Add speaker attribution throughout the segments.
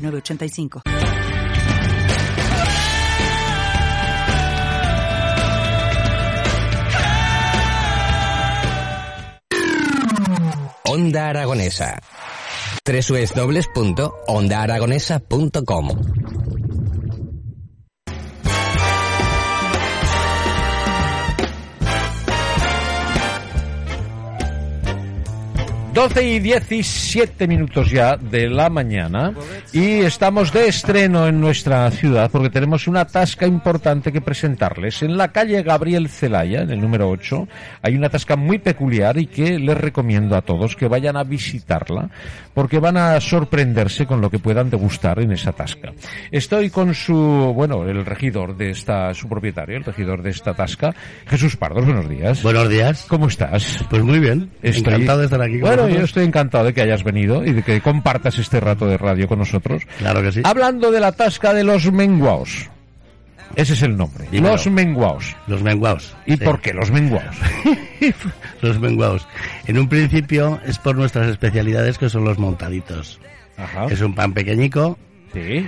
Speaker 1: 985.
Speaker 2: Onda Aragonesa. www.ondaaragonesa.com
Speaker 3: Doce y 17 minutos ya de la mañana y estamos de estreno en nuestra ciudad porque tenemos una tasca importante que presentarles. En la calle Gabriel Celaya, en el número 8, hay una tasca muy peculiar y que les recomiendo a todos que vayan a visitarla porque van a sorprenderse con lo que puedan degustar en esa tasca. Estoy con su, bueno, el regidor de esta, su propietario, el regidor de esta tasca, Jesús Pardos, buenos días.
Speaker 4: Buenos días.
Speaker 3: ¿Cómo estás?
Speaker 4: Pues muy bien.
Speaker 3: Estoy-
Speaker 4: Encantado de estar aquí. con
Speaker 3: Bueno,
Speaker 4: vosotros.
Speaker 3: yo estoy encantado de que hayas venido y de que compartas este rato de radio con nosotros.
Speaker 4: Claro que sí.
Speaker 3: Hablando de la tasca de los menguaos. Ese es el nombre.
Speaker 4: Dímelo.
Speaker 3: Los menguaos.
Speaker 4: Los menguaos.
Speaker 3: ¿Y
Speaker 4: Sí.
Speaker 3: por qué los menguaos?
Speaker 4: Los menguaos. En un principio es por nuestras especialidades que son los montaditos.
Speaker 3: Ajá.
Speaker 4: Es un pan pequeñico,
Speaker 3: Sí.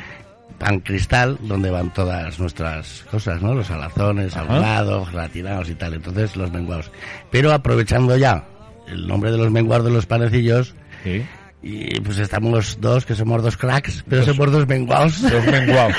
Speaker 4: pan cristal, donde van todas nuestras cosas, ¿no? Los alazones,
Speaker 3: Ajá.
Speaker 4: ahogados, gratinados y tal. Entonces, los menguaos. Pero aprovechando ya el nombre de los menguaos de los panecillos,
Speaker 3: Sí.
Speaker 4: y pues estamos dos, que somos dos cracks, pero somos dos menguaos.
Speaker 3: Los menguaos.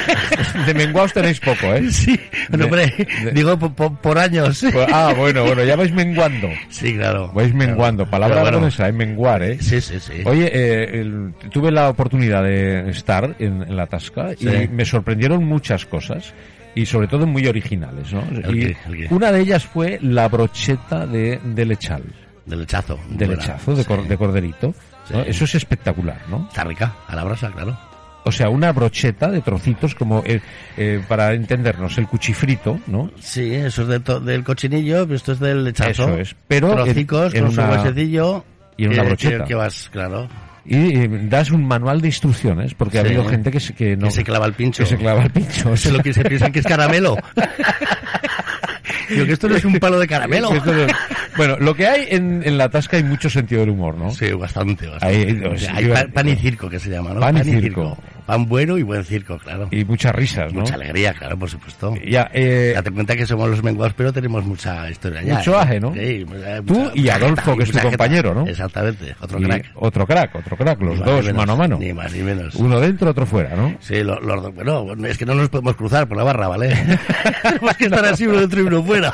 Speaker 3: De menguaos tenéis poco, ¿eh?
Speaker 4: Sí, bueno,
Speaker 3: De-
Speaker 4: hombre,
Speaker 3: de-
Speaker 4: digo po- po- por años.
Speaker 3: Pues- ah, bueno, bueno, ya vais menguando.
Speaker 4: Sí, claro.
Speaker 3: Vais menguando. Palabra
Speaker 4: Pero bueno,
Speaker 3: aragonesa, ¿eh? menguar, ¿eh?
Speaker 4: Sí, sí, sí.
Speaker 3: Oye, eh, el- tuve la oportunidad de estar en, en la tasca y
Speaker 4: Sí.
Speaker 3: me sorprendieron muchas cosas y sobre todo muy originales, ¿no?
Speaker 4: ¿El
Speaker 3: Y
Speaker 4: qué? ¿El qué?
Speaker 3: una de ellas fue la brocheta de, de lechal,
Speaker 4: Del lechazo.
Speaker 3: de
Speaker 4: Buena.
Speaker 3: lechazo, de, cor- de corderito. ¿no?
Speaker 4: Sí.
Speaker 3: Eso es espectacular, ¿no?
Speaker 4: Está rica, a la brasa, claro.
Speaker 3: O sea, una brocheta de trocitos como, eh, eh, para entendernos, el cuchifrito, ¿no?
Speaker 4: Sí, eso es de to- del cochinillo, pero esto es del lechazo.
Speaker 3: Eso es, pero
Speaker 4: Trocicos
Speaker 3: en- en
Speaker 4: con
Speaker 3: una-
Speaker 4: su huesecillo.
Speaker 3: y en una
Speaker 4: que-
Speaker 3: brocheta.
Speaker 4: Que, que vas, claro.
Speaker 3: Y eh, das un manual de instrucciones, porque ha
Speaker 4: Sí.
Speaker 3: habido gente que, se- que no...
Speaker 4: Que se clava el pincho.
Speaker 3: que se clava el pincho. o
Speaker 4: Se
Speaker 3: sea.
Speaker 4: lo que se piensan que es caramelo. Digo, que esto no es un palo de caramelo.
Speaker 3: Esto no- bueno, lo que hay en, en la tasca hay mucho sentido del humor, ¿no?
Speaker 4: Sí, bastante, bastante.
Speaker 3: Ahí, o sea,
Speaker 4: Hay
Speaker 3: iba-
Speaker 4: pan, pan y circo que se llama, ¿no?
Speaker 3: Pan y circo.
Speaker 4: Pan bueno y buen circo, claro.
Speaker 3: Y muchas risas, ¿no?
Speaker 4: Mucha alegría, claro, por supuesto.
Speaker 3: Ya, eh,
Speaker 4: Date cuenta que somos los menguados, pero tenemos mucha historia ya.
Speaker 3: Mucho
Speaker 4: ¿eh?
Speaker 3: aje, ¿no?
Speaker 4: Sí, mucha-
Speaker 3: Tú
Speaker 4: mucha-
Speaker 3: y
Speaker 4: mucha
Speaker 3: Adolfo,
Speaker 4: jeta,
Speaker 3: que es tu
Speaker 4: mucha jeta.
Speaker 3: compañero, ¿no?
Speaker 4: Exactamente, otro
Speaker 3: y
Speaker 4: crack.
Speaker 3: otro crack, otro crack, los
Speaker 4: Ni más
Speaker 3: dos
Speaker 4: ni menos,
Speaker 3: mano a mano.
Speaker 4: Ni más ni menos.
Speaker 3: Uno dentro, otro fuera, ¿no?
Speaker 4: Sí, lo- los dos. Bueno, es que no nos podemos cruzar por la barra, ¿vale? Tenemos que estar así uno dentro y uno fuera.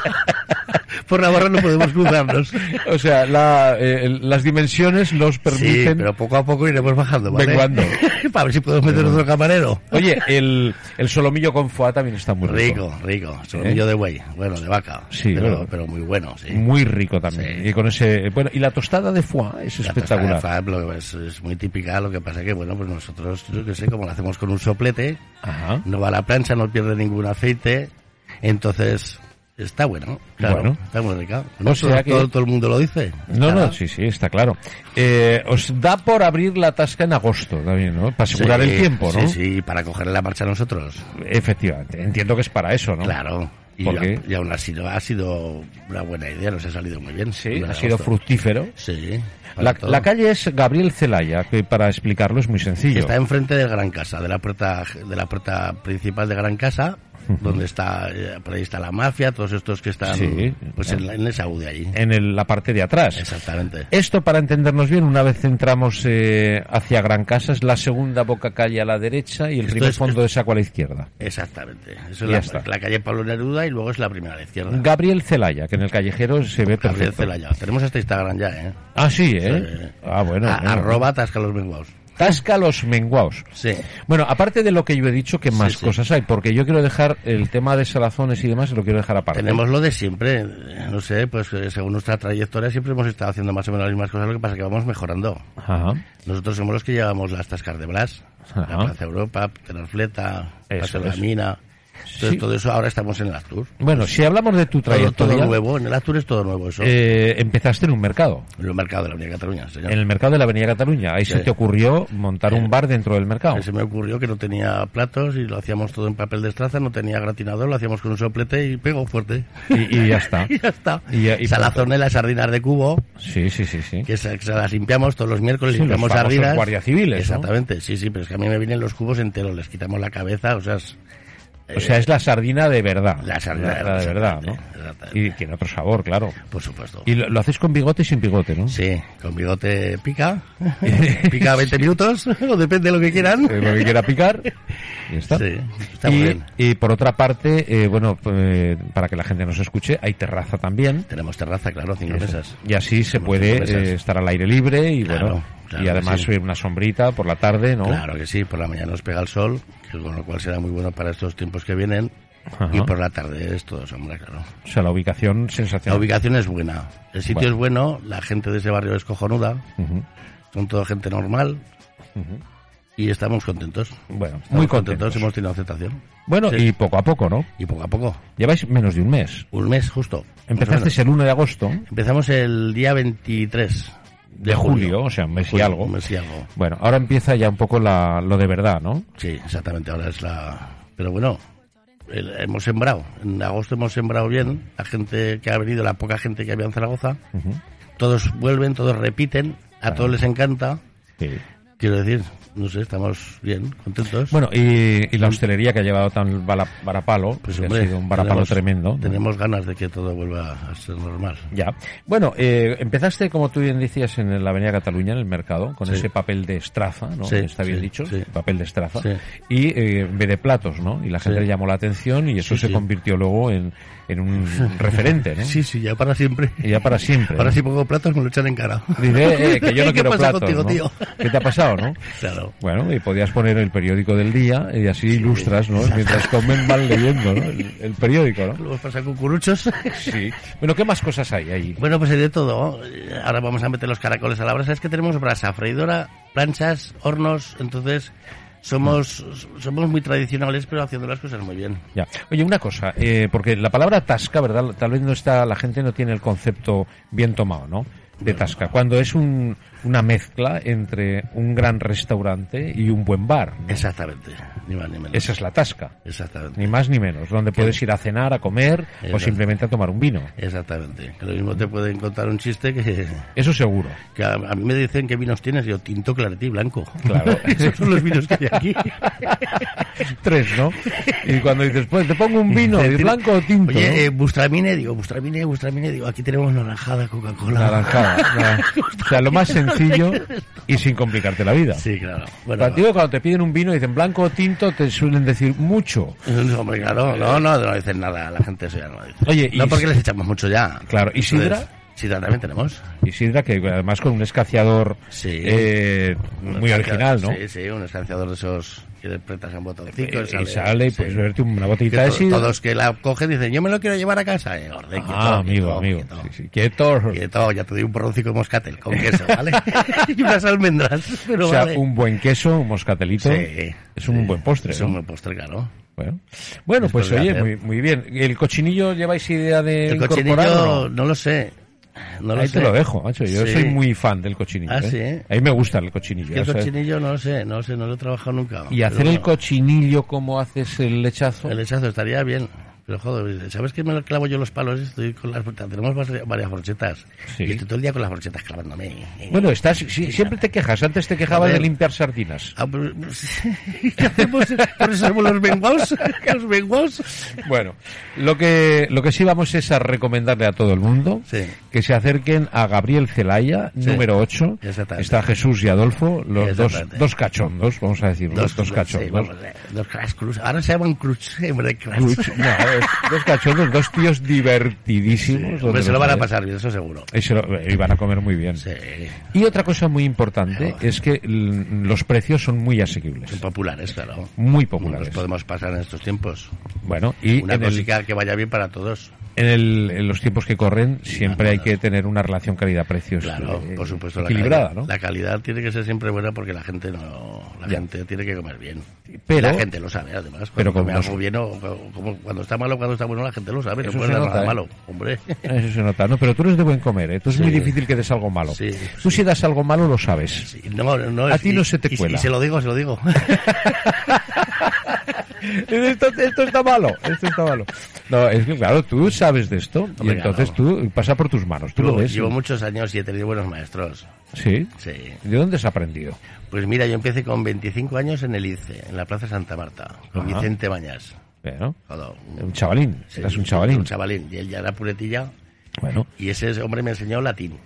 Speaker 4: por la barra no podemos cruzarnos.
Speaker 3: O sea, la, eh, las dimensiones nos
Speaker 4: Sí,
Speaker 3: permiten...
Speaker 4: pero poco a poco iremos bajando, ¿vale?
Speaker 3: Menguando.
Speaker 4: Para ver si podemos meter otro camarero.
Speaker 3: Oye, el, el solomillo con foie también está muy rico.
Speaker 4: Rico, rico. Solomillo de buey. Bueno, de vaca.
Speaker 3: ¿Eh? Sí,
Speaker 4: pero,
Speaker 3: bueno.
Speaker 4: pero muy bueno, sí.
Speaker 3: Muy rico también.
Speaker 4: Sí.
Speaker 3: Y con ese... Bueno, y la tostada de foie es
Speaker 4: La
Speaker 3: espectacular.
Speaker 4: tostada de fablo es, es muy típica, lo que pasa que, bueno, pues nosotros, yo qué sé, como la hacemos con un soplete,
Speaker 3: Ajá.
Speaker 4: no va a la plancha, no pierde ningún aceite, entonces está bueno, claro,
Speaker 3: Bueno.
Speaker 4: está muy rica.
Speaker 3: O
Speaker 4: No
Speaker 3: sea
Speaker 4: todo,
Speaker 3: que-
Speaker 4: todo, todo el mundo lo dice.
Speaker 3: No,
Speaker 4: Nada.
Speaker 3: no, sí, sí, está claro. Eh, os da por abrir la tasca en agosto también, ¿no? Para asegurar
Speaker 4: Sí,
Speaker 3: el tiempo, ¿no?
Speaker 4: Sí, sí, para coger la marcha nosotros,
Speaker 3: Efectivamente, entiendo que es para eso, ¿no?
Speaker 4: claro. Y,
Speaker 3: ¿Por
Speaker 4: a-
Speaker 3: qué?
Speaker 4: y aún así no, ha sido una buena idea, nos ha salido muy bien.
Speaker 3: Sí,
Speaker 4: Una de
Speaker 3: ha sido
Speaker 4: agosto.
Speaker 3: fructífero.
Speaker 4: Sí. para
Speaker 3: La,
Speaker 4: todo.
Speaker 3: la calle es Gabriel Celaya, que para explicarlo es muy sencillo.
Speaker 4: Está enfrente de Gran Casa, de la puerta, de la puerta principal de Gran Casa, donde está, eh, por ahí está la mafia, todos estos que están
Speaker 3: Sí.
Speaker 4: pues en, la- en esa U de allí.
Speaker 3: En el- la parte de atrás.
Speaker 4: Exactamente.
Speaker 3: Esto, para entendernos bien, una vez entramos eh, hacia Gran Casa, es la segunda boca calle a la derecha y el
Speaker 4: Esto
Speaker 3: primer
Speaker 4: es-
Speaker 3: fondo de saco a la izquierda.
Speaker 4: Exactamente. Eso
Speaker 3: Ya
Speaker 4: es
Speaker 3: está.
Speaker 4: la, la calle Pablo Neruda y luego es la primera a la izquierda.
Speaker 3: Gabriel Celaya, que en el callejero se ve
Speaker 4: Gabriel
Speaker 3: perfecto.
Speaker 4: Celaya. Tenemos hasta Instagram ya, ¿eh?
Speaker 3: Ah, sí, ¿eh?
Speaker 4: Sí.
Speaker 3: Ah, bueno.
Speaker 4: A-
Speaker 3: bueno.
Speaker 4: Arroba Tasca los Menguaos.
Speaker 3: Tasca los menguaos.
Speaker 4: Sí.
Speaker 3: Bueno, aparte de lo que yo he dicho, que más
Speaker 4: Sí, sí.
Speaker 3: cosas hay, porque yo quiero dejar el tema de salazones y demás, lo quiero dejar aparte.
Speaker 4: Tenemos lo de siempre, no sé, pues eh, según nuestra trayectoria siempre hemos estado haciendo más o menos las mismas cosas, lo que pasa es que vamos mejorando.
Speaker 3: Ajá.
Speaker 4: Nosotros somos los que llevamos las tascas de Blas,
Speaker 3: Ajá.
Speaker 4: la Plaza Europa, Tenarfleta,
Speaker 3: Eso,
Speaker 4: Paseo de la
Speaker 3: eso.
Speaker 4: Mina. Entonces
Speaker 3: Sí.
Speaker 4: todo eso ahora estamos en el Astur.
Speaker 3: Bueno, si hablamos de tu
Speaker 4: Todo, todo
Speaker 3: trayectoria,
Speaker 4: nuevo, en el Astur es todo nuevo eso.
Speaker 3: eh, empezaste en un mercado,
Speaker 4: En el mercado de la Unidad de Cataluña, señor.
Speaker 3: en el mercado de la Avenida Cataluña. Ahí se
Speaker 4: Sí.
Speaker 3: te ocurrió montar un bar dentro del mercado.
Speaker 4: Se me ocurrió que no tenía platos y lo hacíamos todo en papel de estraza, no tenía gratinador, lo hacíamos con un soplete y pego fuerte.
Speaker 3: Y, y ya está.
Speaker 4: y ya está.
Speaker 3: Y ya- y
Speaker 4: Salazón de las sardinas de cubo,
Speaker 3: Sí, sí, sí, sí.
Speaker 4: que se, se las limpiamos todos los miércoles,
Speaker 3: Sí,
Speaker 4: limpiamos
Speaker 3: los famosos
Speaker 4: sardinas.
Speaker 3: guardia civiles, ¿no?
Speaker 4: Exactamente, sí, sí, pero es que a mí me vienen los cubos enteros, les quitamos la cabeza, o sea, es-
Speaker 3: O sea, es la sardina de verdad.
Speaker 4: eh, La sardina de
Speaker 3: de verdad,
Speaker 4: verdad,
Speaker 3: ¿no?
Speaker 4: exactamente, exactamente.
Speaker 3: Y tiene otro sabor, claro.
Speaker 4: por supuesto.
Speaker 3: Y lo, lo haces con bigote y sin bigote, ¿no?
Speaker 4: Sí, con bigote pica, pica 20 minutos, o depende de lo que quieran.
Speaker 3: Eh, lo que quiera picar. Y ya está.
Speaker 4: Sí, está
Speaker 3: y,
Speaker 4: muy bien.
Speaker 3: y por otra parte, eh, bueno, eh, para que la gente nos escuche, hay terraza también.
Speaker 4: Tenemos terraza, claro, cinco mesas.
Speaker 3: Y así se
Speaker 4: Tenemos
Speaker 3: puede
Speaker 4: cinco mesas.
Speaker 3: eh, estar al aire libre y
Speaker 4: Claro,
Speaker 3: bueno,
Speaker 4: claro
Speaker 3: y
Speaker 4: que
Speaker 3: además
Speaker 4: sí.
Speaker 3: eh, una sombrita por la tarde, ¿no?
Speaker 4: Claro que sí, por la mañana nos pega el sol, que con lo cual será muy bueno para estos tiempos que vienen.
Speaker 3: Ajá.
Speaker 4: Y por la tarde es todo sombra, claro.
Speaker 3: O sea, la ubicación
Speaker 4: La
Speaker 3: sensacional.
Speaker 4: ubicación es buena, el sitio
Speaker 3: Bueno.
Speaker 4: es bueno, la gente de ese barrio es cojonuda,
Speaker 3: Ujú.
Speaker 4: son toda gente normal y estamos contentos.
Speaker 3: Bueno,
Speaker 4: Estamos
Speaker 3: muy contentos.
Speaker 4: hemos tenido aceptación.
Speaker 3: Bueno,
Speaker 4: Sí.
Speaker 3: y poco a poco, ¿no?
Speaker 4: Y poco a poco,
Speaker 3: Lleváis menos de un mes.
Speaker 4: un mes justo. más o menos.
Speaker 3: Empezasteis el 1 de agosto.
Speaker 4: Empezamos el día 23 de,
Speaker 3: de julio, o sea, un mes y
Speaker 4: Julio,
Speaker 3: algo.
Speaker 4: un mes y Pues algo.
Speaker 3: Bueno, ahora empieza ya un poco la, lo de verdad, ¿no?
Speaker 4: Sí, exactamente, ahora es la... Pero bueno, el- hemos sembrado, en agosto hemos sembrado bien, la gente que ha venido, la poca gente que había en Zaragoza, todos vuelven, todos repiten, a todos les encanta, quiero decir, no sé, estamos bien, contentos.
Speaker 3: Bueno, y, y la hostelería que ha llevado tan bala- varapalo,
Speaker 4: Pues,
Speaker 3: que
Speaker 4: hombre,
Speaker 3: ha sido un varapalo
Speaker 4: tenemos-
Speaker 3: tremendo. ¿no?
Speaker 4: Tenemos ganas de que todo vuelva a ser normal.
Speaker 3: Ya. Bueno, eh, empezaste, como tú bien decías, en la Avenida Cataluña, en el mercado, con
Speaker 4: Sí.
Speaker 3: ese papel de estraza, ¿no?
Speaker 4: Sí,
Speaker 3: Está bien
Speaker 4: sí,
Speaker 3: dicho,
Speaker 4: sí.
Speaker 3: papel de estraza.
Speaker 4: Sí.
Speaker 3: Y eh, en vez de platos, ¿no? Y la gente
Speaker 4: Sí.
Speaker 3: le llamó la atención y eso
Speaker 4: Sí,
Speaker 3: se
Speaker 4: sí.
Speaker 3: convirtió luego en, en un referente, ¿no?
Speaker 4: Sí, sí, ya para siempre.
Speaker 3: ¿Eh? Y ya para siempre. ¿no?
Speaker 4: Ahora si pongo platos me lo echan en cara.
Speaker 3: Dice, eh, que yo no
Speaker 4: ¿Qué
Speaker 3: quiero
Speaker 4: pasa
Speaker 3: platos,
Speaker 4: contigo,
Speaker 3: ¿no?
Speaker 4: tío?
Speaker 3: ¿Qué te ha pasado, no?
Speaker 4: Claro.
Speaker 3: Bueno, y podías poner el periódico del día y así ilustras, ¿no? Mientras comen van leyendo, ¿no? El, el periódico, ¿no?
Speaker 4: Luego pasa cucuruchos.
Speaker 3: Sí. Bueno, ¿qué más cosas hay ahí?
Speaker 4: Bueno, pues hay de todo. Eh, Ahora vamos a meter los caracoles a la brasa. Es que tenemos brasa, freidora, planchas, hornos. Entonces, somos, somos muy tradicionales, pero haciendo las cosas muy bien.
Speaker 3: Ya. Oye, una cosa, eh, porque la palabra tasca, ¿verdad? Tal vez no está, la gente no tiene el concepto bien tomado, ¿no? De tasca. Cuando es un, una mezcla entre un gran restaurante y un buen bar. ¿no?
Speaker 4: Exactamente. Ni más ni menos.
Speaker 3: Esa es la tasca.
Speaker 4: Exactamente.
Speaker 3: Ni más ni menos. Donde puedes ir a cenar, a comer o
Speaker 4: Exacto.
Speaker 3: simplemente a tomar un vino.
Speaker 4: Exactamente. Que lo mismo te pueden contar un chiste que,
Speaker 3: Eso seguro.
Speaker 4: que a, a mí me dicen qué vinos tienes. Yo tinto, clarete y blanco.
Speaker 3: Claro.
Speaker 4: Esos son los vinos que hay aquí.
Speaker 3: Tres, ¿no? Y cuando dices, pues te pongo un vino, ¿de blanco o tinto? ¿no?
Speaker 4: Oye, eh, Bustramine, digo, Bustramine, Bustramine, digo, aquí tenemos naranjada, Coca-Cola.
Speaker 3: Naranjada. naran- O sea, lo más sencillo y sin complicarte la vida.
Speaker 4: Sí, claro. Bueno,
Speaker 3: Contigo, cuando te piden un vino y dicen blanco o tinto, te suelen decir mucho.
Speaker 4: No, hombre, claro, no, no, no dicen nada, la gente eso ya no lo dice.
Speaker 3: Eh. Oye, y
Speaker 4: no porque
Speaker 3: si-
Speaker 4: les echamos mucho ya.
Speaker 3: Claro, ¿y sidra?
Speaker 4: Entonces, Sidra también tenemos.
Speaker 3: Isidra, que además con un escaciador
Speaker 4: Sí.
Speaker 3: eh, muy original, ¿no?
Speaker 4: Sí, sí, un estanciador de esos que de pretas en botoncito.
Speaker 3: Eh, Y sale y
Speaker 4: sí.
Speaker 3: puedes beberte una
Speaker 4: Que
Speaker 3: botellita de
Speaker 4: to-
Speaker 3: sidra.
Speaker 4: Todos que la cogen dicen, yo me lo quiero llevar a casa. Eh, orden, quieto,
Speaker 3: Ah, amigo,
Speaker 4: quieto,
Speaker 3: amigo.
Speaker 4: Quieto.
Speaker 3: Sí, sí. Quietos.
Speaker 4: Quieto, ya te doy un porroncito de moscatel con queso, ¿vale? y unas almendras, pero
Speaker 3: O sea,
Speaker 4: vale.
Speaker 3: un buen queso, un moscatelito.
Speaker 4: Sí.
Speaker 3: Es un buen postre,
Speaker 4: Es
Speaker 3: ¿no?
Speaker 4: un buen postre, claro.
Speaker 3: Bueno, bueno pues
Speaker 4: Después de
Speaker 3: oye,
Speaker 4: hacer-
Speaker 3: muy, muy bien. ¿El cochinillo lleváis idea de
Speaker 4: El
Speaker 3: incorporarlo?
Speaker 4: cochinillo, no lo sé. No lo
Speaker 3: Ahí
Speaker 4: sé.
Speaker 3: te lo dejo, macho. Yo
Speaker 4: Sí.
Speaker 3: soy muy fan del cochinillo.
Speaker 4: Ah,
Speaker 3: ¿eh?
Speaker 4: sí, ¿eh?
Speaker 3: A mí me gusta el cochinillo.
Speaker 4: Que
Speaker 3: ya
Speaker 4: el
Speaker 3: sabes.
Speaker 4: cochinillo no lo sé, no lo sé, no lo he trabajado nunca.
Speaker 3: Y
Speaker 4: Pero
Speaker 3: hacer el
Speaker 4: bueno,
Speaker 3: cochinillo como haces el lechazo.
Speaker 4: El hechazo estaría bien. Pero joder, ¿sabes que me lo clavo yo los palos? Estoy con las Tenemos vas- varias brochetas.
Speaker 3: Sí.
Speaker 4: Y estoy todo el día con las brochetas clavándome.
Speaker 3: Bueno, estás, sí, siempre te quejas. Antes te quejabas
Speaker 4: Joder.
Speaker 3: de limpiar sardinas.
Speaker 4: Ah, pero- ¿Qué hacemos? Por eso somos los vengados. Los vengados.
Speaker 3: Bueno, lo que, lo que sí vamos es a recomendarle a todo el mundo
Speaker 4: Sí.
Speaker 3: que se acerquen a Gabriel Celaya, número 8.
Speaker 4: Exactamente.
Speaker 3: Está Jesús y Adolfo, los dos,
Speaker 4: Exactamente.
Speaker 3: dos cachondos, vamos a decirlo, dos,
Speaker 4: sí,
Speaker 3: cachondos.
Speaker 4: vamos, eh, dos cras- cruz. Ahora se llaman cruz. en vez de cras.
Speaker 3: Cruz, no, dos, dos cachondos, dos tíos divertidísimos.
Speaker 4: Hombre,
Speaker 3: donde
Speaker 4: se lo
Speaker 3: los
Speaker 4: van a
Speaker 3: veas.
Speaker 4: pasar bien, eso seguro.
Speaker 3: Y, se lo- y van a comer muy bien.
Speaker 4: Sí,
Speaker 3: Y otra cosa muy importante es que l- los precios son muy asequibles,
Speaker 4: son populares, claro.
Speaker 3: muy
Speaker 4: No nos
Speaker 3: populares.
Speaker 4: podemos pasar en estos tiempos.
Speaker 3: Bueno, y
Speaker 4: Una
Speaker 3: en, el-
Speaker 4: música que vaya bien para todos.
Speaker 3: en el- en los tiempos que corren siempre hay que tener una relación calidad-precios
Speaker 4: Claro,
Speaker 3: eh,
Speaker 4: por supuesto.
Speaker 3: equilibrada,
Speaker 4: calidad,
Speaker 3: ¿no?
Speaker 4: La calidad tiene que ser siempre buena porque la gente no, la gente tiene que comer bien.
Speaker 3: Pero-
Speaker 4: la gente lo sabe, además. Cuando
Speaker 3: Pero como
Speaker 4: come
Speaker 3: nos-
Speaker 4: algo bien o, o como cuando está malo, cuando está bueno, la gente lo sabe. No
Speaker 3: Eso
Speaker 4: puede
Speaker 3: se
Speaker 4: ser
Speaker 3: nota,
Speaker 4: nada
Speaker 3: ¿eh?
Speaker 4: malo, hombre.
Speaker 3: Eso se nota, ¿no? Pero tú eres de buen comer, ¿eh? Tú es muy
Speaker 4: Sí.
Speaker 3: difícil que des algo malo.
Speaker 4: Sí,
Speaker 3: tú si das algo malo lo sabes.
Speaker 4: Sí, no, no,
Speaker 3: A
Speaker 4: es-
Speaker 3: ti no
Speaker 4: y-
Speaker 3: se te
Speaker 4: y-
Speaker 3: cuela.
Speaker 4: Y, se lo digo, se lo digo.
Speaker 3: esto, esto está malo, esto está malo. No, es que claro, tú sabes de esto y
Speaker 4: Hombre,
Speaker 3: entonces tú pasa por tus manos, tú lo
Speaker 4: Yo
Speaker 3: ves.
Speaker 4: Llevo muchos años y he tenido buenos maestros.
Speaker 3: Sí.
Speaker 4: Sí.
Speaker 3: ¿De dónde has aprendido?
Speaker 4: Pues mira, yo empecé con 25 años en el ICE, en la Plaza Santa Marta, con
Speaker 3: Ajá.
Speaker 4: Vicente Bañas.
Speaker 3: Bueno,
Speaker 4: Joder, un-
Speaker 3: un chavalín,
Speaker 4: sí,
Speaker 3: eras un chavalín.
Speaker 4: Un chavalín. Y él ya era puretilla.
Speaker 3: Bueno,
Speaker 4: y ese hombre me enseñó latín.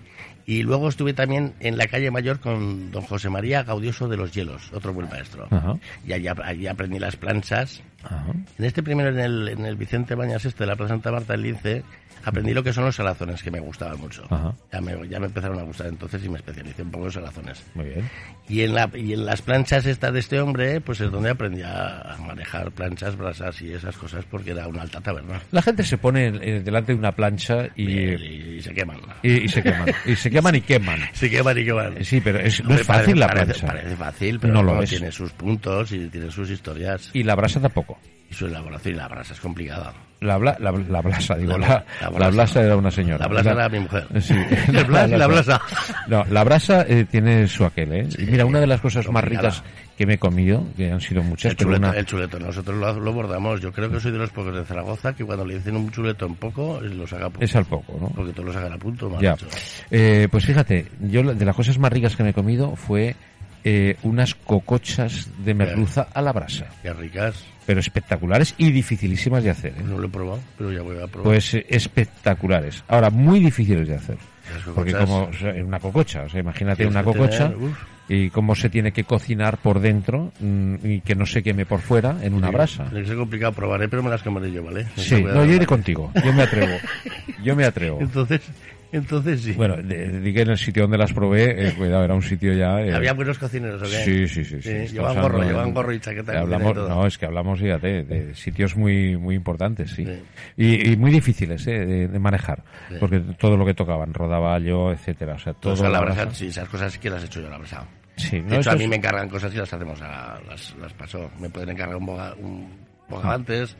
Speaker 4: Y luego estuve también en la calle Mayor con don José María Gaudioso de los Hielos, otro buen maestro.
Speaker 3: Ajá.
Speaker 4: Y allí, ap- allí aprendí las planchas.
Speaker 3: ajá.
Speaker 4: En este primero, en el, en el Vicente Bañas este de la Plaza Santa Marta del Lince, aprendí lo que son los salazones, que me gustaban mucho.
Speaker 3: Ajá.
Speaker 4: Ya me, ya me empezaron a gustar entonces y me especialicé un poco en salazones.
Speaker 3: muy bien.
Speaker 4: Y en, la, y en las planchas estas de este hombre, pues es donde aprendí a a manejar planchas, brasas y esas cosas, porque era una alta taberna.
Speaker 3: La gente se pone eh, delante de una plancha y,
Speaker 4: Y,
Speaker 3: eh,
Speaker 4: y se queman.
Speaker 3: y, y se queman. Y se queman y queman.
Speaker 4: Se queman y queman.
Speaker 3: Sí, pero es- no
Speaker 4: Hombre,
Speaker 3: es fácil
Speaker 4: parece-
Speaker 3: la
Speaker 4: parece-
Speaker 3: plancha. ¿eh?
Speaker 4: Parece fácil, pero
Speaker 3: No
Speaker 4: no
Speaker 3: lo es.
Speaker 4: tiene sus puntos y tiene sus historias.
Speaker 3: Y la brasa tampoco.
Speaker 4: Y su elaboración y la brasa es complicada.
Speaker 3: La, bla- la, la blasa, digo,
Speaker 4: La-
Speaker 3: la, la
Speaker 4: la
Speaker 3: blasa.
Speaker 4: blasa.
Speaker 3: era una señora.
Speaker 4: La blasa era mi mujer.
Speaker 3: Sí.
Speaker 4: El blas y la blasa.
Speaker 3: No, la brasa eh, tiene su aquel, ¿eh? Y mira, una de las cosas más
Speaker 4: complicada.
Speaker 3: ricas que me he comido, que han sido muchas,
Speaker 4: El
Speaker 3: pero
Speaker 4: chuleto,
Speaker 3: una...
Speaker 4: el chuleto, nosotros lo, lo bordamos. Yo creo que soy de los pocos de Zaragoza que cuando le dicen un chuleto en poco, eh, lo saca a punto.
Speaker 3: es al poco, ¿no?
Speaker 4: Porque todos lo sacan a punto, mal
Speaker 3: Ya.
Speaker 4: hecho.
Speaker 3: Eh, pues fíjate, yo la- de las cosas más ricas que me he comido fue eh, unas cocochas de merluza a la brasa,
Speaker 4: Qué ricas.
Speaker 3: pero espectaculares y dificilísimas de hacer. ¿eh?
Speaker 4: No lo he probado, pero ya voy a probar.
Speaker 3: Pues eh, espectaculares. Ahora, muy difíciles de hacer.
Speaker 4: Las cocochas.
Speaker 3: Porque como o sea, una cococha, o sea, imagínate
Speaker 4: Tienes
Speaker 3: una
Speaker 4: que
Speaker 3: cococha
Speaker 4: tener, uf.
Speaker 3: y cómo se tiene que cocinar por dentro mm, y que no se queme por fuera en una brasa.
Speaker 4: Tiene que ser complicado probaré, pero me las comeré yo, ¿vale?
Speaker 3: Sí,
Speaker 4: Pues Voy a
Speaker 3: no,
Speaker 4: dar-
Speaker 3: yo iré contigo, yo me atrevo, yo me atrevo.
Speaker 4: Entonces, entonces sí.
Speaker 3: Bueno, de- de- di que en el sitio donde las probé, eh, cuidado, era un sitio ya... eh,
Speaker 4: Había buenos cocineros, ¿o qué?
Speaker 3: Sí, sí, sí. sí,
Speaker 4: Eh,
Speaker 3: estamos
Speaker 4: llevaban
Speaker 3: hablando
Speaker 4: gorro,
Speaker 3: de-
Speaker 4: llevaban gorro y chaqueta.
Speaker 3: de
Speaker 4: y
Speaker 3: Hablamos,
Speaker 4: todo.
Speaker 3: no, es que hablamos, fíjate, de sitios muy muy importantes, sí.
Speaker 4: Sí.
Speaker 3: Y, y muy difíciles eh, de, de manejar,
Speaker 4: Sí.
Speaker 3: porque todo lo tocaban, rodaba yo, etcétera. O sea, todo
Speaker 4: Todos Pues a la
Speaker 3: lo-
Speaker 4: brasa, sí, esas cosas sí que las he hecho yo a la brasa.
Speaker 3: Sí,
Speaker 4: De
Speaker 3: no,
Speaker 4: hecho, a
Speaker 3: eso
Speaker 4: mí
Speaker 3: es-
Speaker 4: me encargan cosas y las hacemos a las, las paso. Me pueden encargar un, boga, un bogavantes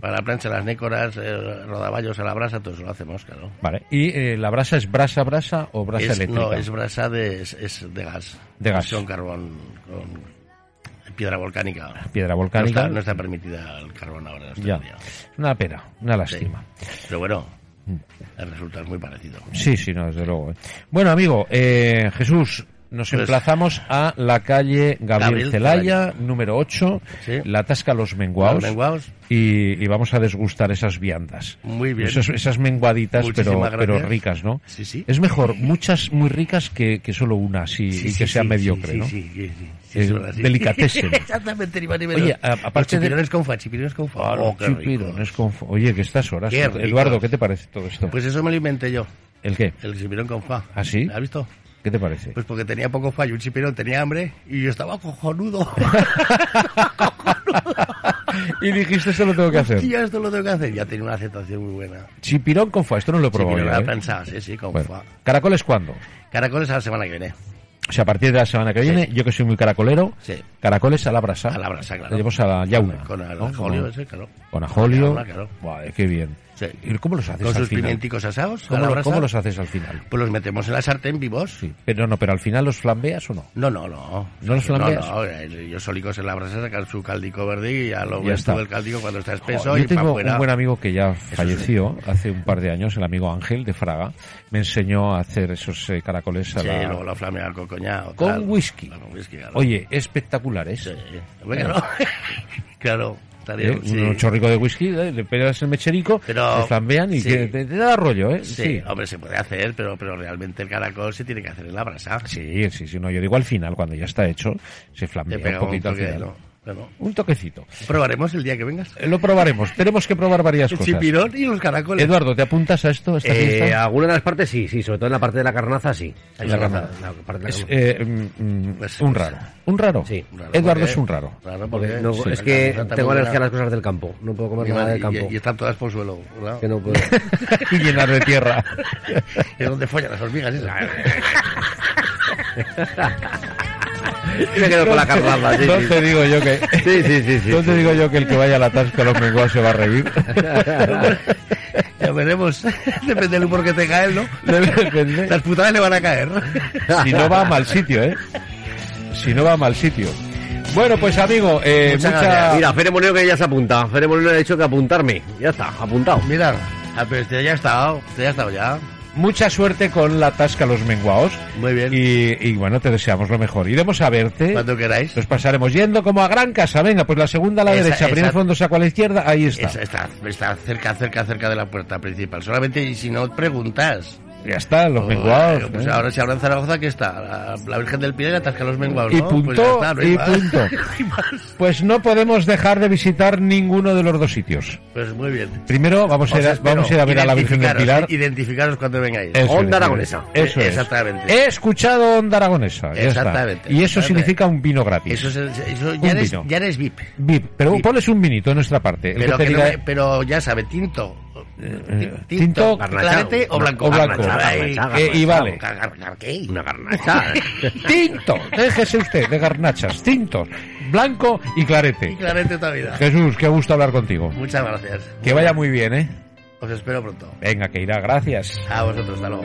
Speaker 4: para la plancha, las nécoras, eh, rodaballos a la brasa, todo eso lo hacemos, claro.
Speaker 3: Vale, ¿y eh, la brasa es brasa, brasa o brasa
Speaker 4: Es,
Speaker 3: eléctrica?
Speaker 4: no, es brasa de, es, es de gas.
Speaker 3: De gas.
Speaker 4: Es Con carbón, con piedra volcánica.
Speaker 3: Ah, Piedra
Speaker 4: No
Speaker 3: volcánica.
Speaker 4: está, no está permitida el carbón ahora en este
Speaker 3: Ya.
Speaker 4: día.
Speaker 3: Una pena, una
Speaker 4: Sí.
Speaker 3: lástima. Mm.
Speaker 4: Pero bueno, el resultado es muy parecido.
Speaker 3: Sí, sí, no, desde luego. ¿eh? Bueno, amigo, eh, Jesús, nos
Speaker 4: Pues-
Speaker 3: emplazamos a la calle Gabriel
Speaker 4: Gabriel
Speaker 3: Celaya, número 8,
Speaker 4: Sí.
Speaker 3: la Tasca Los Menguaos.
Speaker 4: Los menguaos.
Speaker 3: Y, y vamos a desgustar esas viandas.
Speaker 4: Muy bien.
Speaker 3: Esas, esas menguaditas, pero,
Speaker 4: Muchísimas
Speaker 3: pero
Speaker 4: gracias.
Speaker 3: ricas, ¿no?
Speaker 4: Sí, sí.
Speaker 3: Es mejor muchas muy ricas que, que solo una, sí,
Speaker 4: Sí,
Speaker 3: y que
Speaker 4: sí,
Speaker 3: sea
Speaker 4: sí,
Speaker 3: mediocre,
Speaker 4: sí,
Speaker 3: ¿no?
Speaker 4: Sí, sí, sí, sí,
Speaker 3: Eh,
Speaker 4: es verdad, sí.
Speaker 3: delicatessen.
Speaker 4: Exactamente, ni más ni menos.
Speaker 3: Oye, a- aparte de-
Speaker 4: Los chipirones con fa, chipirones con fa.
Speaker 3: Ah,
Speaker 4: Oh,
Speaker 3: los
Speaker 4: qué rico.
Speaker 3: chipirones con fo- Oye, que estas horas.
Speaker 4: Qué ricos.
Speaker 3: Eduardo, ¿qué te parece todo esto?
Speaker 4: Pues eso me lo inventé yo,
Speaker 3: ¿El qué?
Speaker 4: el chipirón con fa.
Speaker 3: ¿Ah, sí?
Speaker 4: ¿Has visto?
Speaker 3: ¿Qué te parece?
Speaker 4: Pues porque tenía poco fa y un chipirón tenía hambre y yo estaba cojonudo.
Speaker 3: y dijiste, esto lo tengo que hacer.
Speaker 4: Tío, esto lo tengo que hacer. Ya tenía una aceptación muy buena.
Speaker 3: Chipirón con fa, esto no lo he probado
Speaker 4: Chipirón
Speaker 3: yo,
Speaker 4: la
Speaker 3: ¿eh?
Speaker 4: plancha, sí, sí, con
Speaker 3: Bueno,
Speaker 4: fa.
Speaker 3: ¿Caracoles cuándo?
Speaker 4: Caracoles a la semana que viene.
Speaker 3: O sea, a partir de la semana que viene, yo que soy muy caracolero,
Speaker 4: Sí.
Speaker 3: caracoles a la brasa.
Speaker 4: A la brasa, claro.
Speaker 3: Le llevamos a la yauna.
Speaker 4: Con el
Speaker 3: ¿no?
Speaker 4: ajolio
Speaker 3: Como-
Speaker 4: ese, claro.
Speaker 3: Con ajolio.
Speaker 4: Con la yauna, claro.
Speaker 3: Vale, qué bien.
Speaker 4: Sí.
Speaker 3: ¿Y cómo los haces
Speaker 4: Con
Speaker 3: al
Speaker 4: sus
Speaker 3: final?
Speaker 4: pimenticos asados a
Speaker 3: ¿Cómo,
Speaker 4: la
Speaker 3: lo-
Speaker 4: brasa.
Speaker 3: cómo los haces al final?
Speaker 4: Pues los metemos en la sartén vivos.
Speaker 3: Sí. Pero no, pero al final los flambeas o no?
Speaker 4: No, no, no.
Speaker 3: ¿No los flambeas?
Speaker 4: No, eh, no, ellos solicos en la brasa sacan su caldico verde y ya lo
Speaker 3: Ya
Speaker 4: ves
Speaker 3: está.
Speaker 4: todo el caldico cuando está espeso
Speaker 3: Joder,
Speaker 4: y
Speaker 3: yo
Speaker 4: para
Speaker 3: tengo
Speaker 4: afuera.
Speaker 3: un buen amigo que ya falleció hace un par de años, el amigo Ángel de Fraga, me enseñó a hacer esos eh, caracoles a
Speaker 4: Sí,
Speaker 3: la-
Speaker 4: luego lo flamean con coñac.
Speaker 3: Con whisky.
Speaker 4: Con whisky, claro.
Speaker 3: Oye, espectaculares.
Speaker 4: Sí, hombre, claro. claro, estaría
Speaker 3: ¿eh?
Speaker 4: sí.
Speaker 3: Un chorrico de whisky, eh, le pegas el mecherico,
Speaker 4: Pero-
Speaker 3: te flambean y
Speaker 4: sí.
Speaker 3: que te, te da rollo, ¿eh?
Speaker 4: Sí, hombre, se puede hacer, pero, pero realmente el caracol se tiene que hacer en la brasa.
Speaker 3: Sí, sí, sí, no, yo digo al final, cuando ya está hecho, se
Speaker 4: Te
Speaker 3: flambea un
Speaker 4: pega un
Speaker 3: poquito al
Speaker 4: toque,
Speaker 3: final.
Speaker 4: ¿no? Claro.
Speaker 3: Un toquecito.
Speaker 4: Probaremos el día que vengas.
Speaker 3: Eh, Lo probaremos. Tenemos que probar varias
Speaker 4: El
Speaker 3: cosas.
Speaker 4: chipirón y los caracoles.
Speaker 3: Eduardo, ¿te apuntas a esto? a esta
Speaker 5: Eh,
Speaker 4: ah,
Speaker 3: fiesta?
Speaker 5: alguna de las partes sí, sí, sobre todo en la parte de la carnaza sí.
Speaker 4: En la
Speaker 5: carnaza,
Speaker 4: carnaza.
Speaker 5: la parte de la
Speaker 3: Es,
Speaker 5: carnaza.
Speaker 3: eh, mm, mm,
Speaker 4: Pues-
Speaker 3: un raro. ¿Un raro?
Speaker 5: Sí,
Speaker 4: Un raro,
Speaker 3: Eduardo
Speaker 4: porque-
Speaker 3: es un raro.
Speaker 4: Claro,
Speaker 5: Porque
Speaker 4: porque
Speaker 5: no-
Speaker 4: sí,
Speaker 5: es
Speaker 4: la
Speaker 5: que
Speaker 4: carnaza
Speaker 5: tengo
Speaker 4: muy
Speaker 5: alergia a
Speaker 4: rara.
Speaker 5: las cosas del campo. No puedo comer
Speaker 4: Y
Speaker 5: nada
Speaker 4: van-
Speaker 5: del campo.
Speaker 4: Y, y están todas por suelo. ¿verdad?
Speaker 5: Que no puedo.
Speaker 3: y llenar de tierra.
Speaker 4: Es donde follan las hormigas. esas.
Speaker 5: Me quedo con la carnaza, sí,
Speaker 3: no
Speaker 5: sí.
Speaker 3: te digo yo que...
Speaker 5: Sí, sí, sí, sí.
Speaker 3: no te digo yo que el que vaya a la tasca los menguados se va a reír.
Speaker 4: ya veremos. Depende del humor que tenga él, ¿no?
Speaker 3: Depende.
Speaker 4: Las putadas le van a caer.
Speaker 3: si no va a mal sitio, ¿eh? Si no va a mal sitio. Bueno, pues amigo, eh,
Speaker 5: Muchas
Speaker 3: mucha...
Speaker 5: gracias. Mira, Fere Moneo que ya se apunta. Fere Moneo le ha dicho que apuntarme. Ya está, apuntado.
Speaker 4: Mira, ah, pero este ya ha estado. Este ya ha estado ya.
Speaker 3: mucha suerte con la tasca los menguaos.
Speaker 4: Muy bien.
Speaker 3: Y, y bueno, te deseamos lo mejor. Iremos a verte.
Speaker 4: Cuando queráis.
Speaker 3: Nos pasaremos yendo como a gran casa. Venga, pues la segunda a la
Speaker 4: Esa-
Speaker 3: derecha,
Speaker 4: esa-
Speaker 3: primer fondo saco a la izquierda, ahí está.
Speaker 4: Es- Está, está cerca, cerca, cerca de la puerta principal. Solamente, y si no, preguntas.
Speaker 3: Ya está, los menguaos.
Speaker 4: Joder, pues
Speaker 3: ¿eh?
Speaker 4: ahora si ahora en Zaragoza que está la, la Virgen del Pilar y atasca los menguados
Speaker 3: Y
Speaker 4: ¿no? Pues ya
Speaker 3: punto,
Speaker 4: está, no hay
Speaker 3: y
Speaker 4: más.
Speaker 3: punto.
Speaker 4: No hay más.
Speaker 3: Pues no podemos dejar de visitar ninguno de los dos sitios.
Speaker 4: pues muy bien
Speaker 3: Primero vamos a ir a,
Speaker 4: Os Pues espero.
Speaker 3: vamos a, ir a ver a la Virgen del
Speaker 4: Identificaros,
Speaker 3: Pilar.
Speaker 4: eh, identificaros cuando vengáis
Speaker 3: Eso es,
Speaker 5: Onda Aragonesa.
Speaker 3: Eso es.
Speaker 4: Exactamente.
Speaker 3: He escuchado Onda Aragonesa. ya está.
Speaker 4: Exactamente,
Speaker 3: Y eso
Speaker 4: exactamente.
Speaker 3: significa un vino gratis.
Speaker 4: eso, es- eso
Speaker 3: Un
Speaker 4: ya, eres,
Speaker 3: vino.
Speaker 4: ya eres VIP
Speaker 3: VIP. Pero
Speaker 4: VIP.
Speaker 3: pones un vinito en nuestra parte. El
Speaker 4: pero,
Speaker 3: que te
Speaker 4: que no
Speaker 3: diga- Eh,
Speaker 4: me- pero ya sabe tinto Ti-
Speaker 3: tinto,
Speaker 4: clarete o blanco
Speaker 3: o blanco.
Speaker 4: Ahí.
Speaker 5: Garnacha,
Speaker 3: Eh, y
Speaker 5: garnacha,
Speaker 3: vale.
Speaker 4: Gar- gar- gar- ¿qué?
Speaker 5: Una garnacha.
Speaker 3: Tinto. Déjese usted de garnachas. Tintos. Blanco y
Speaker 4: y
Speaker 3: clarete.
Speaker 4: clarete toda vida
Speaker 3: Jesús, qué gusto hablar contigo.
Speaker 4: muchas gracias
Speaker 3: Que vaya muy bien, ¿eh?
Speaker 4: os espero pronto
Speaker 3: Venga, que irá. Gracias.
Speaker 4: a vosotros hasta luego